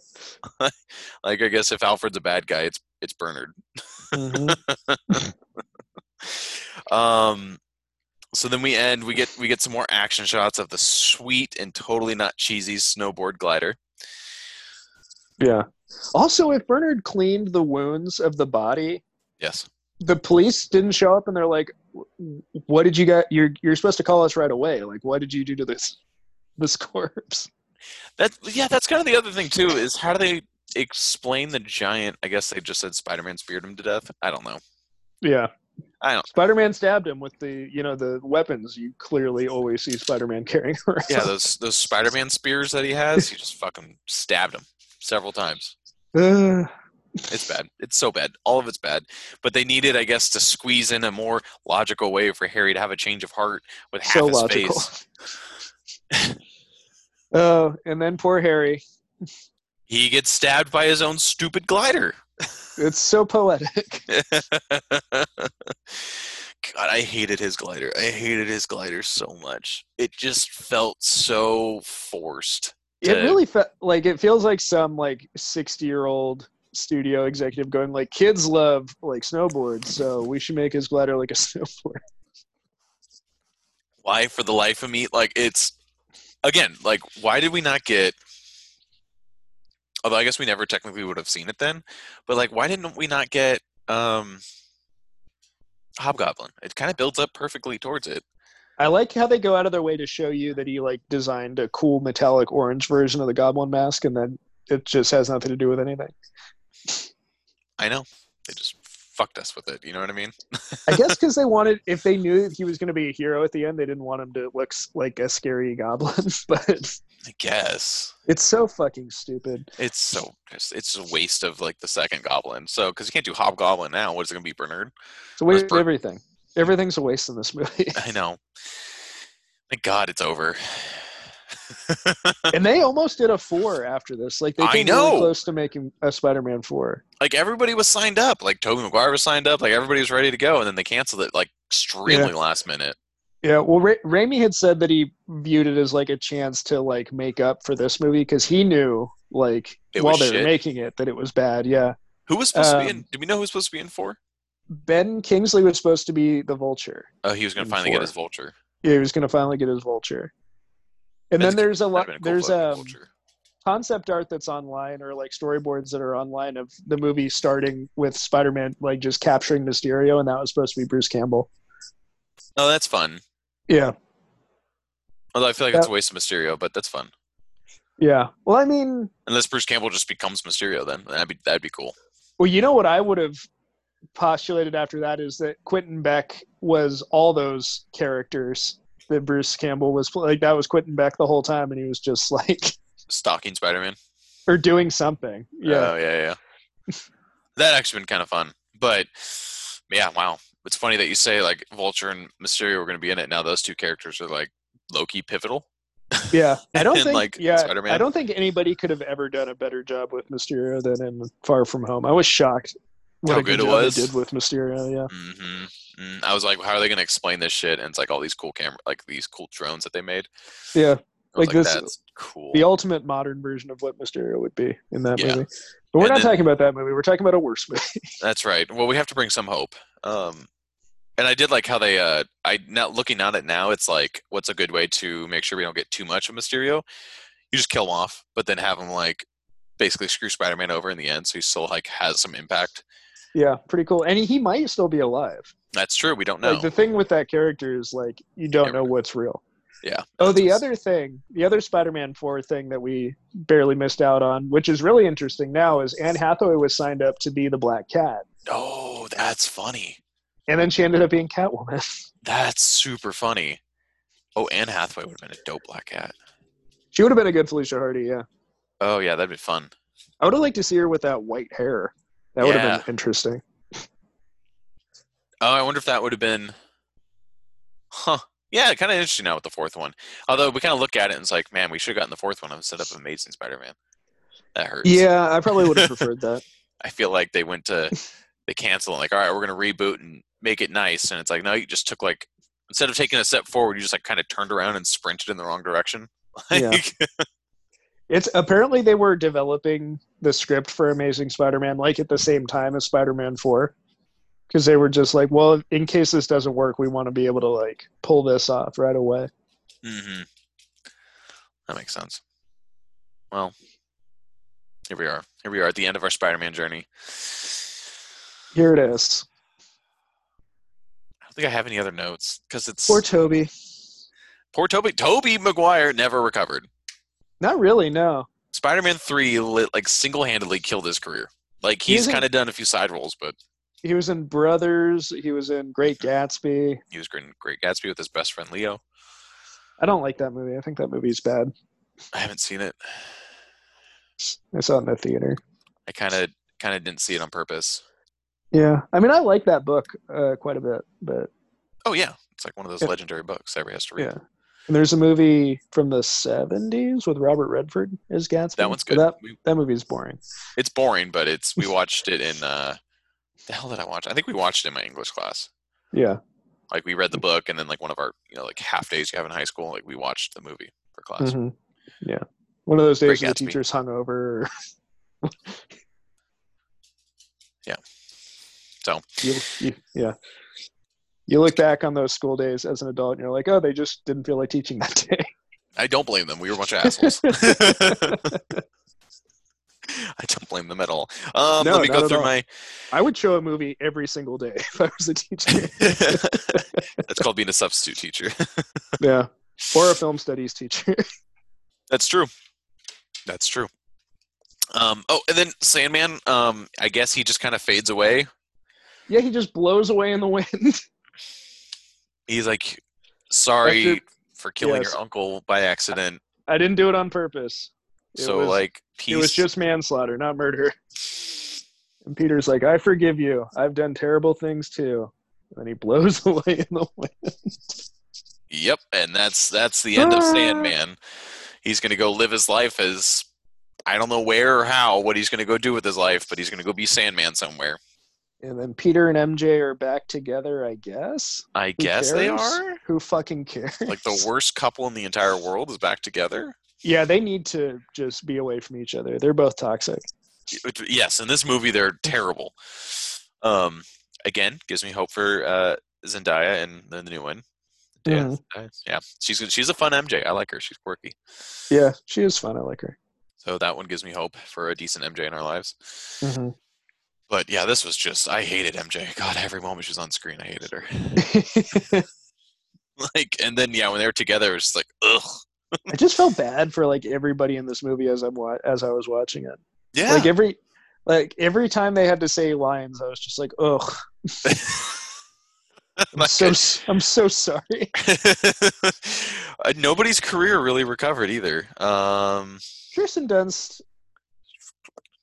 S1: Like, I guess if Alfred's a bad guy, it's it's Bernard. Um, so then we end. We get we get some more action shots of the sweet and totally not cheesy snowboard glider.
S2: [laughs] yeah. Also, if Bernard cleaned the wounds of the body,
S1: Yes.
S2: the police didn't show up, and they're like, "Wh- "What did you got? You're you're supposed to call us right away. Like, what did you do to this [laughs] this corpse?"
S1: That yeah. That's kind of the other thing too. Is how do they explain the giant? I guess they just said Spider-Man speared him to death. I don't know.
S2: [laughs] Yeah.
S1: I don't-
S2: Spider-Man stabbed him with the, you know, the weapons you clearly always see Spider-Man carrying [laughs] around.
S1: Yeah, those those Spider-Man spears that he has, he just fucking stabbed him several times.
S2: Uh,
S1: It's bad. It's so bad. All of it's bad. But they needed, I guess, to squeeze in a more logical way for Harry to have a change of heart with half
S2: so
S1: his
S2: logical.
S1: face.
S2: [laughs] oh, and then poor Harry.
S1: He gets stabbed by his own stupid glider.
S2: It's so poetic.
S1: [laughs] God, I hated his glider. I hated his glider so much. It just felt so forced.
S2: It
S1: to-
S2: really felt like it feels like some like 60-year-old studio executive going like kids love like snowboards, so we should make his glider like a [laughs] snowboard.
S1: why for the life of me like it's again like why did we not get although i guess we never technically would have seen it then but like why didn't we not get um hobgoblin it kind of builds up perfectly towards it
S2: I like how they go out of their way to show you that he like designed a cool metallic orange version of the goblin mask and then it just has nothing to do with anything.
S1: I know. They just fucked us with it. You know what I mean?
S2: I guess because they wanted, if they knew that he was going to be a hero at the end, they didn't want him to look s- like a scary goblin. [laughs] but
S1: I guess
S2: it's so fucking stupid.
S1: it's so it's, it's a waste of like the second Goblin. So because you can't do Hobgoblin now, what is it gonna be Bernard? [laughs]
S2: It's a waste
S1: That's
S2: of
S1: per-
S2: everything. Everything's a waste in this movie.
S1: I know. Thank God it's over.
S2: and they almost did a four after this. Like they
S1: I
S2: came
S1: know.
S2: really close to making a Spider-Man four.
S1: like everybody was signed up. Like Toby McGuire was signed up. Like everybody was ready to go, and then they canceled it like extremely last minute.
S2: Yeah, well, Ra- Raimi had said that he viewed it as like a chance to like make up for this movie because he knew like
S1: It
S2: while
S1: was
S2: they were
S1: shit.
S2: making it that it was bad. Yeah,
S1: Who was supposed to be in?
S2: Um,
S1: Do we know who was supposed to be in for?
S2: Ben Kingsley was supposed to be the Vulture.
S1: Oh, he was gonna
S2: in
S1: finally get
S2: four.
S1: his Vulture.
S2: Yeah, he was going to finally get his Vulture. And
S1: That's
S2: then there's a
S1: That'd
S2: lot.
S1: been a cool
S2: there's
S1: fucking
S2: um,
S1: Vulture.
S2: concept art that's online or like storyboards that are online of the movie starting with Spider-Man like just capturing Mysterio, and that was supposed to be Bruce Campbell.
S1: Oh, that's fun.
S2: Yeah,
S1: Although I feel like it's
S2: that-
S1: a waste of Mysterio, but that's fun.
S2: yeah. Well, I mean,
S1: Unless Bruce Campbell just becomes Mysterio, then that'd be that'd be cool.
S2: Well, you know what I would have postulated after that is that Quentin Beck was all those characters that Bruce Campbell was pl- like that was Quentin Beck the whole time, and he was just [laughs] like
S1: Stalking Spider-Man.
S2: or doing something. Yeah,
S1: Oh, yeah, yeah.
S2: [laughs]
S1: that actually been kind of fun. But yeah, wow. It's funny that you say like Vulture and Mysterio were going to be in it. Now those two characters are like Loki pivotal.
S2: yeah. I
S1: [laughs]
S2: don't
S1: And,
S2: think
S1: like,
S2: yeah,
S1: Spider-Man.
S2: I don't think anybody could have ever done a better job with Mysterio than in Far From Home. I was shocked what
S1: How
S2: a
S1: good it
S2: job they
S1: was.
S2: did with Mysterio. Yeah,
S1: hmm Mm, I was like, how are they going to explain this shit? And it's like all these cool camera, like these cool drones that they made. I
S2: yeah.
S1: was
S2: Like
S1: like,
S2: this-
S1: that's cool.
S2: The ultimate modern version of what Mysterio would be in that
S1: Yeah.
S2: movie. But we're
S1: And
S2: not
S1: then-
S2: talking about that movie. We're talking about a worse movie.
S1: That's right. Well, we have to bring some hope. Um, and I did like how they. Uh, I now looking at it now, it's like, what's a good way to make sure we don't get too much of Mysterio? You just kill him off, but then have him like basically screw Spider-Man over in the end, so he still like has some impact.
S2: Yeah, pretty cool. And he, he might still be alive.
S1: That's true. We don't know.
S2: Like the thing with that character is like you don't know what's real.
S1: Yeah.
S2: Oh, the
S1: That's-
S2: other thing, the other Spider-Man 4 thing that we barely missed out on, which is really interesting now is Anne Hathaway was signed up to be the Black Cat,
S1: Oh, that's funny.
S2: and then she ended up being Catwoman. [laughs]
S1: That's super funny. Oh, Anne Hathaway would have been a dope black cat.
S2: she would have been a good Felicia Hardy, yeah.
S1: Oh yeah, that'd be fun.
S2: I would have liked to see her with that white hair. That would have been interesting.
S1: Oh, I wonder if that would have been. Huh. Yeah, kind of interesting now with the fourth one. Although we kind of look at it and it's like, man, we should have gotten the fourth one instead of Amazing Spider-Man. That hurts.
S2: Yeah, I probably would have preferred that.
S1: I feel like they went
S2: [laughs]
S1: to they cancel and like, all right, we're gonna reboot and make it nice, and it's like, no, you just took like instead of taking a step forward, you just like kind of turned around and sprinted in the wrong direction. [laughs]
S2: Yeah.
S1: Like,
S2: It's apparently they were developing the script for Amazing Spider-Man like at the same time as Spider-Man 4 because they were just like, well, in case this doesn't work, we want to be able to like pull this off right away.
S1: hmm That makes sense. Well, here we are. Here we are at the end of our Spider-Man journey.
S2: Here it is.
S1: I don't think I have any other notes because it's
S2: Poor Toby.
S1: Poor Toby. Toby Maguire never recovered.
S2: Not really, no.
S1: Spider-Man Three lit, like single-handedly killed his career. Like
S2: He
S1: he's
S2: isn't-
S1: kind of done a few side roles, but
S2: He was in Brothers. He was in Great Gatsby.
S1: he was great. in Great Gatsby with his best friend Leo.
S2: I don't like that movie. I think that movie's bad.
S1: I haven't seen it.
S2: I saw it in the theater.
S1: I kind of kind of didn't see it on purpose.
S2: Yeah. I mean, I like that book uh, quite a bit, but
S1: Oh yeah, it's like one of those
S2: Yeah.
S1: legendary books everybody has to read.
S2: Yeah. and there's a movie from the 70s with Robert Redford as Gatsby.
S1: That one's
S2: But
S1: good.
S2: That,
S1: We-
S2: that movie's boring.
S1: it's boring, but it's
S2: [laughs]
S1: we watched it in uh, the hell did I watch? I think we watched it in my English class.
S2: Yeah.
S1: Like we read the book, and then like one of our you know like half days you have in high school, like we watched the movie for class.
S2: Mhm. Yeah. One of those days
S1: Great
S2: when the
S1: Gatsby.
S2: teacher's hungover.
S1: [laughs] Yeah. So.
S2: You, you, yeah. You look back on those school days as an adult and you're like, oh, they just didn't feel like teaching that day. [laughs]
S1: I don't blame them. We were a bunch of assholes. [laughs] I don't blame them at all. Um,
S2: No,
S1: let me
S2: not
S1: go
S2: at
S1: through
S2: all. [laughs]
S1: my. [laughs]
S2: I would show a movie every single day [laughs] if I was a teacher.
S1: That's called being a substitute teacher.
S2: [laughs]
S1: [laughs]
S2: yeah. Or a film studies teacher.
S1: That's true. That's true. Um, oh, and then Sandman. Um, I guess he just kind of fades away.
S2: [laughs] Yeah, he just blows away in the wind. [laughs]
S1: He's like, "Sorry
S2: After-
S1: for killing
S2: yes.
S1: your uncle by accident."
S2: I didn't do it on purpose. It
S1: so
S2: was-
S1: like, peace.
S2: It was just manslaughter, not murder. And Peter's like, I forgive you. I've done terrible things too. And he blows [laughs] away in the wind.
S1: Yep, and that's that's the end of
S2: Ah.
S1: Sandman. He's gonna go live his life as I don't know where or how what he's gonna go do with his life, but he's gonna go be Sandman somewhere.
S2: And then Peter and MJ are back together, I guess.
S1: I
S2: Who
S1: guess they
S2: cares?
S1: are.
S2: Who fucking cares?
S1: Like the worst couple in the entire world is back together.
S2: [laughs] Yeah, they need to just be away from each other. They're both toxic.
S1: uh, Yes, in this movie they're terrible. Um, again, gives me hope for uh, Zendaya and then the new one. Yeah,
S2: Mhm.
S1: Zendaya. yeah, she's she's a fun MJ. I like her. She's quirky.
S2: Yeah, she is fun. I like her.
S1: So that one gives me hope for a decent MJ in our lives.
S2: Mm-hmm.
S1: But yeah, this was just I hated MJ. [laughs] God, every moment she was on screen, I hated her. [laughs] like, and then yeah, when they were together, it was just like, ugh.
S2: [laughs] I just felt bad for like everybody in this movie as I'm wa- as I was watching it.
S1: Yeah,
S2: Like every like every time they had to say lines, I was just like, ugh. I'm
S1: Like,
S2: so s- I'm so sorry.
S1: [laughs]
S2: [laughs]
S1: uh, nobody's career really recovered either. Um,
S2: Kirsten Dunst.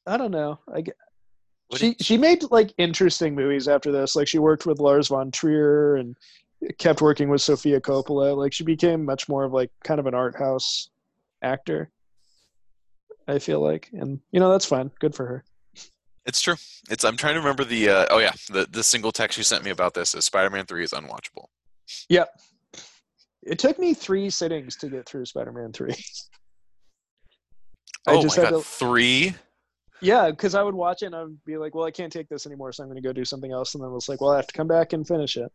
S2: I don't know. I g-
S1: What
S2: she she made like interesting movies after this. Like she worked with Lars von Trier and kept working with Sofia Coppola. Like she became much more of like kind of an art house actor. I feel like, and you know that's fine. Good for her.
S1: it's true. It's I'm trying to remember the uh, oh yeah the the single text you sent me about this is Spider-Man Three is unwatchable.
S2: It took me three sittings to get through Spider-Man Three. [laughs] I
S1: Oh
S2: just
S1: my
S2: had
S1: god,
S2: to,
S1: three.
S2: yeah, because I would watch it and I'd be like, "Well, I can't take this anymore, so I'm going to go do something else." And then I was like, "Well, I have to come back and finish it."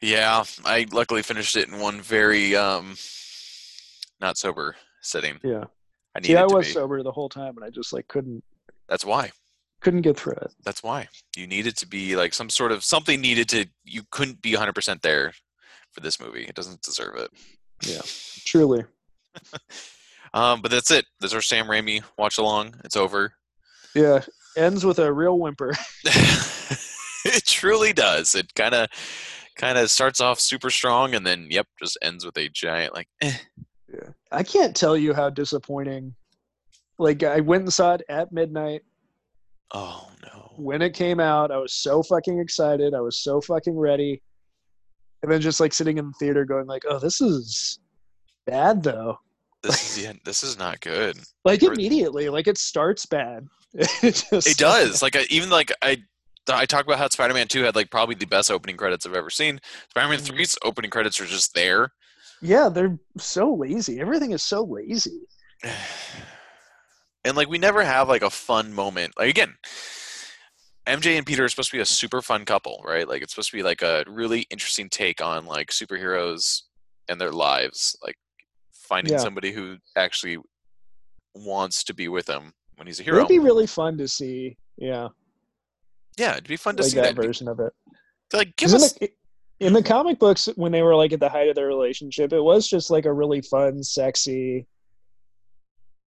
S1: Yeah, I luckily finished it in one very um, not sober sitting.
S2: Yeah.
S1: I needed
S2: See, I
S1: to
S2: was
S1: be.
S2: sober the whole time, and I just like couldn't
S1: That's why.
S2: couldn't get through it.
S1: That's why you needed to be like some sort of something needed to. You couldn't be 100 percent there for this movie. It doesn't deserve it.
S2: Truly,
S1: Um, but that's it. That's our Sam Raimi watch along. It's over. [laughs]
S2: yeah. Ends with a real whimper. [laughs]
S1: it truly does. It kind of kind of starts off super strong and then yep, just ends with a giant like. Eh.
S2: I can't tell you how disappointing. Like I went and saw it at midnight
S1: Oh no.
S2: when it came out. I was so fucking excited. I was so fucking ready. And then just like sitting in the theater, going like, "Oh, this is bad though."
S1: This is yeah, this is not good.
S2: Like
S1: Or-
S2: immediately, like it starts bad. [laughs] it, just,
S1: It does. Like I, even like I, I talk about how Spider-Man Two had like probably the best opening credits I've ever seen. Spider-Man
S2: Mhm.
S1: 3's opening credits are just there.
S2: Yeah, they're so lazy. Everything is so lazy.
S1: [sighs] and like we never have like a fun moment. Like again, MJ and Peter are supposed to be a super fun couple, right? Like it's supposed to be like a really interesting take on like superheroes and their lives, like finding
S2: Yeah.
S1: somebody who actually wants to be with them when he's a
S2: It
S1: hero.
S2: would be really fun to see. Yeah,
S1: yeah, it'd be fun to
S2: like
S1: see
S2: that
S1: that.
S2: version of it.
S1: Like give
S2: 'Cause
S1: us
S2: in, the, in the comic books, when they were like at the height of their relationship, it was just like a really fun, sexy,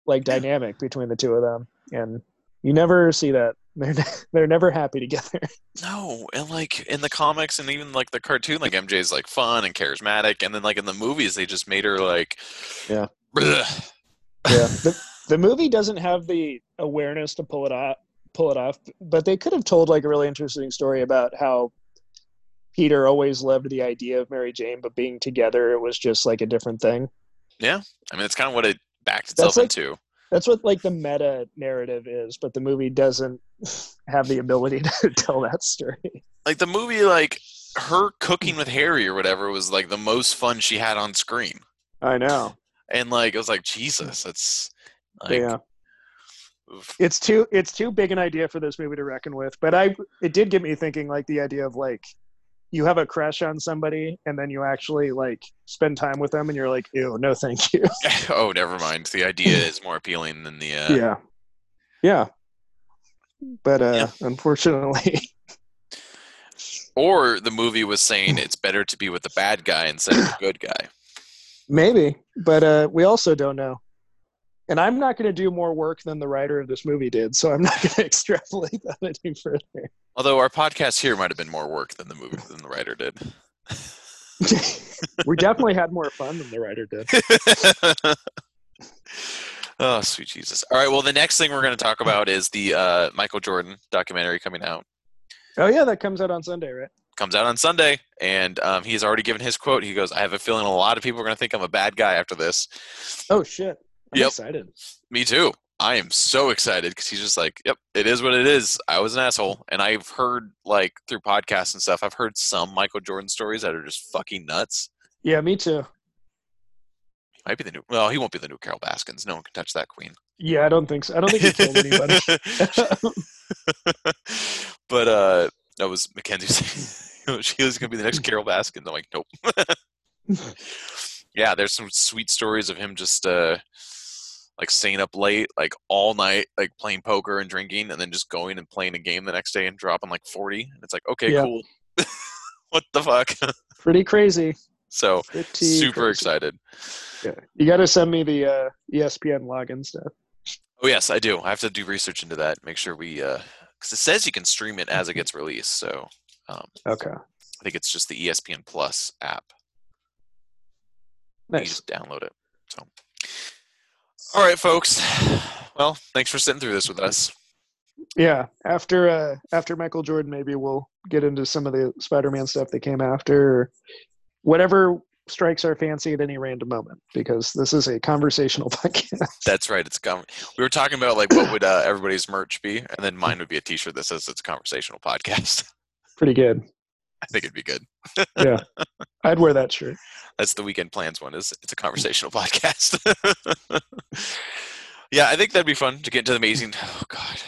S2: like
S1: Yeah.
S2: dynamic between the two of them, and you never see that. [laughs] They're ne- they're never happy together.
S1: No, and like in the comics and even like the cartoon, like MJ's like fun and charismatic, and then like in the movies, they just made her like,
S2: Yeah.
S1: Bleh.
S2: yeah, [laughs] the, the movie doesn't have the awareness to pull it off. Pull it off, but they could have told like a really interesting story about how Peter always loved the idea of Mary Jane, but being together it was just like a different thing.
S1: I mean, it's kind of what it backed itself
S2: like-
S1: into.
S2: that's what like the meta narrative is but the movie doesn't [laughs] have the ability [laughs] to tell that story
S1: Like the movie, like her cooking with Harry or whatever was like the most fun she had on screen,
S2: i know
S1: and like it was like Jesus, that's like
S2: yeah
S1: oof. [laughs]
S2: it's too it's too big an idea for this movie to reckon with but i it did get me thinking like the idea of like you have a crush on somebody and then you actually like spend time with them and you're like ew no thank you
S1: oh, never mind. The idea is more appealing than the
S2: [laughs]
S1: uh,
S2: yeah yeah but uh unfortunately [laughs]
S1: or the movie was
S2: [laughs]
S1: saying it's better to be with the bad guy instead of the good guy.
S2: maybe but uh we also don't know and I'm not going to do more work than the writer of this movie did, so I'm not [laughs] going to extrapolate that any further.
S1: Although our podcast here might have been more work than the movie than the writer did. [laughs]
S2: we definitely had more fun than the writer did.
S1: oh, sweet Jesus! All right. Well, the next thing we're going to talk about is the uh, Michael Jordan documentary coming out.
S2: Oh yeah, that comes out on Sunday, right?
S1: Comes out on Sunday, and um, he's already given his quote. He goes, "I have a feeling a lot of people are going to think I'm a bad guy after this."
S2: Oh shit! I'm
S1: Yep.
S2: excited.
S1: Me too. I am so excited because he's just like, yep, it is what it is. I was an asshole. And I've heard, like, through podcasts and stuff, I've heard some Michael Jordan stories that are just fucking nuts.
S2: Yeah, me too.
S1: He might be the new, well, he won't be the new Carol Baskins. No one can touch that queen.
S2: Yeah, I don't think so. I don't think he killed
S1: [laughs]
S2: anybody.
S1: but uh, that was Mackenzie's. [laughs] she was going to be the next Carol Baskins. I'm like, nope. [laughs] yeah, there's some sweet stories of him just uh, like staying up late, like all night, like playing poker and drinking, and then just going and playing a game the next day and dropping like 40. And it's like, okay,
S2: Yeah.
S1: cool. [laughs] what the fuck? [laughs]
S2: Pretty crazy.
S1: so
S2: Pretty
S1: super
S2: crazy.
S1: excited.
S2: Yeah. You got to send me the uh, ESPN login stuff.
S1: Oh yes, I do. I have to do research into that. Make sure we, because it says you can stream it as it gets released. So um,
S2: Okay.
S1: I think it's just the E ESPN Plus app. You
S2: Nice.
S1: just download it. So, all right, folks. Well, thanks for sitting through this with us.
S2: Yeah. After uh, after Michael Jordan, maybe we'll get into some of the Spider-Man stuff that came after, or whatever strikes our fancy at any random moment, because this is a conversational [laughs] podcast.
S1: That's right. It's com- we were talking about like what would uh, everybody's merch be, and then mine would be a T-shirt that says it's a conversational podcast. [laughs]
S2: Pretty good.
S1: I think it'd be good.
S2: I'd wear that shirt.
S1: That's the weekend plans one. Is it's a conversational [laughs] podcast. yeah, I think that'd be fun to get into the amazing. Oh God,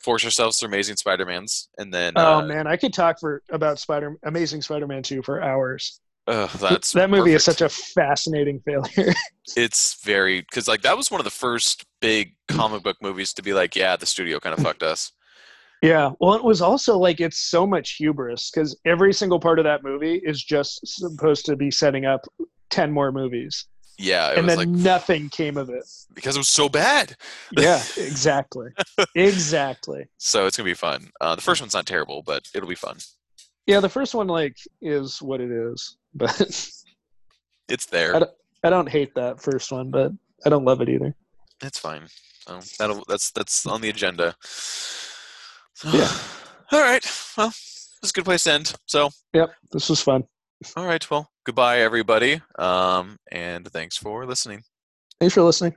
S1: force yourselves through amazing Spider Mans, and then
S2: oh
S1: uh,
S2: man, I could talk for about Spider, Amazing Spider-Man two for hours.
S1: ugh, that's
S2: that movie is
S1: perfect.
S2: such a fascinating failure.
S1: it's very because like that was one of the first big comic book movies to be like, yeah, the studio
S2: [laughs]
S1: kind of fucked us.
S2: yeah. Well, it was also like it's so much hubris because every single part of that movie is just supposed to be setting up ten more movies,
S1: Yeah, it
S2: and
S1: was
S2: then
S1: like
S2: nothing came of it.
S1: because it was so bad. [laughs]
S2: Yeah, exactly, exactly.
S1: So it's gonna be fun. Uh, the first one's not terrible, but it'll be fun.
S2: Yeah, the first one like is what it is, but [laughs]
S1: It's there.
S2: don't- I don't hate that first one, but I don't love it either.
S1: It's fine. So that'll that's that's on the agenda. So-
S2: Yeah.
S1: [sighs] All right. Well, it's a good place to end. So
S2: Yep, this was fun.
S1: all right. Well, goodbye everybody. Um, and thanks for listening.
S2: Thanks for listening.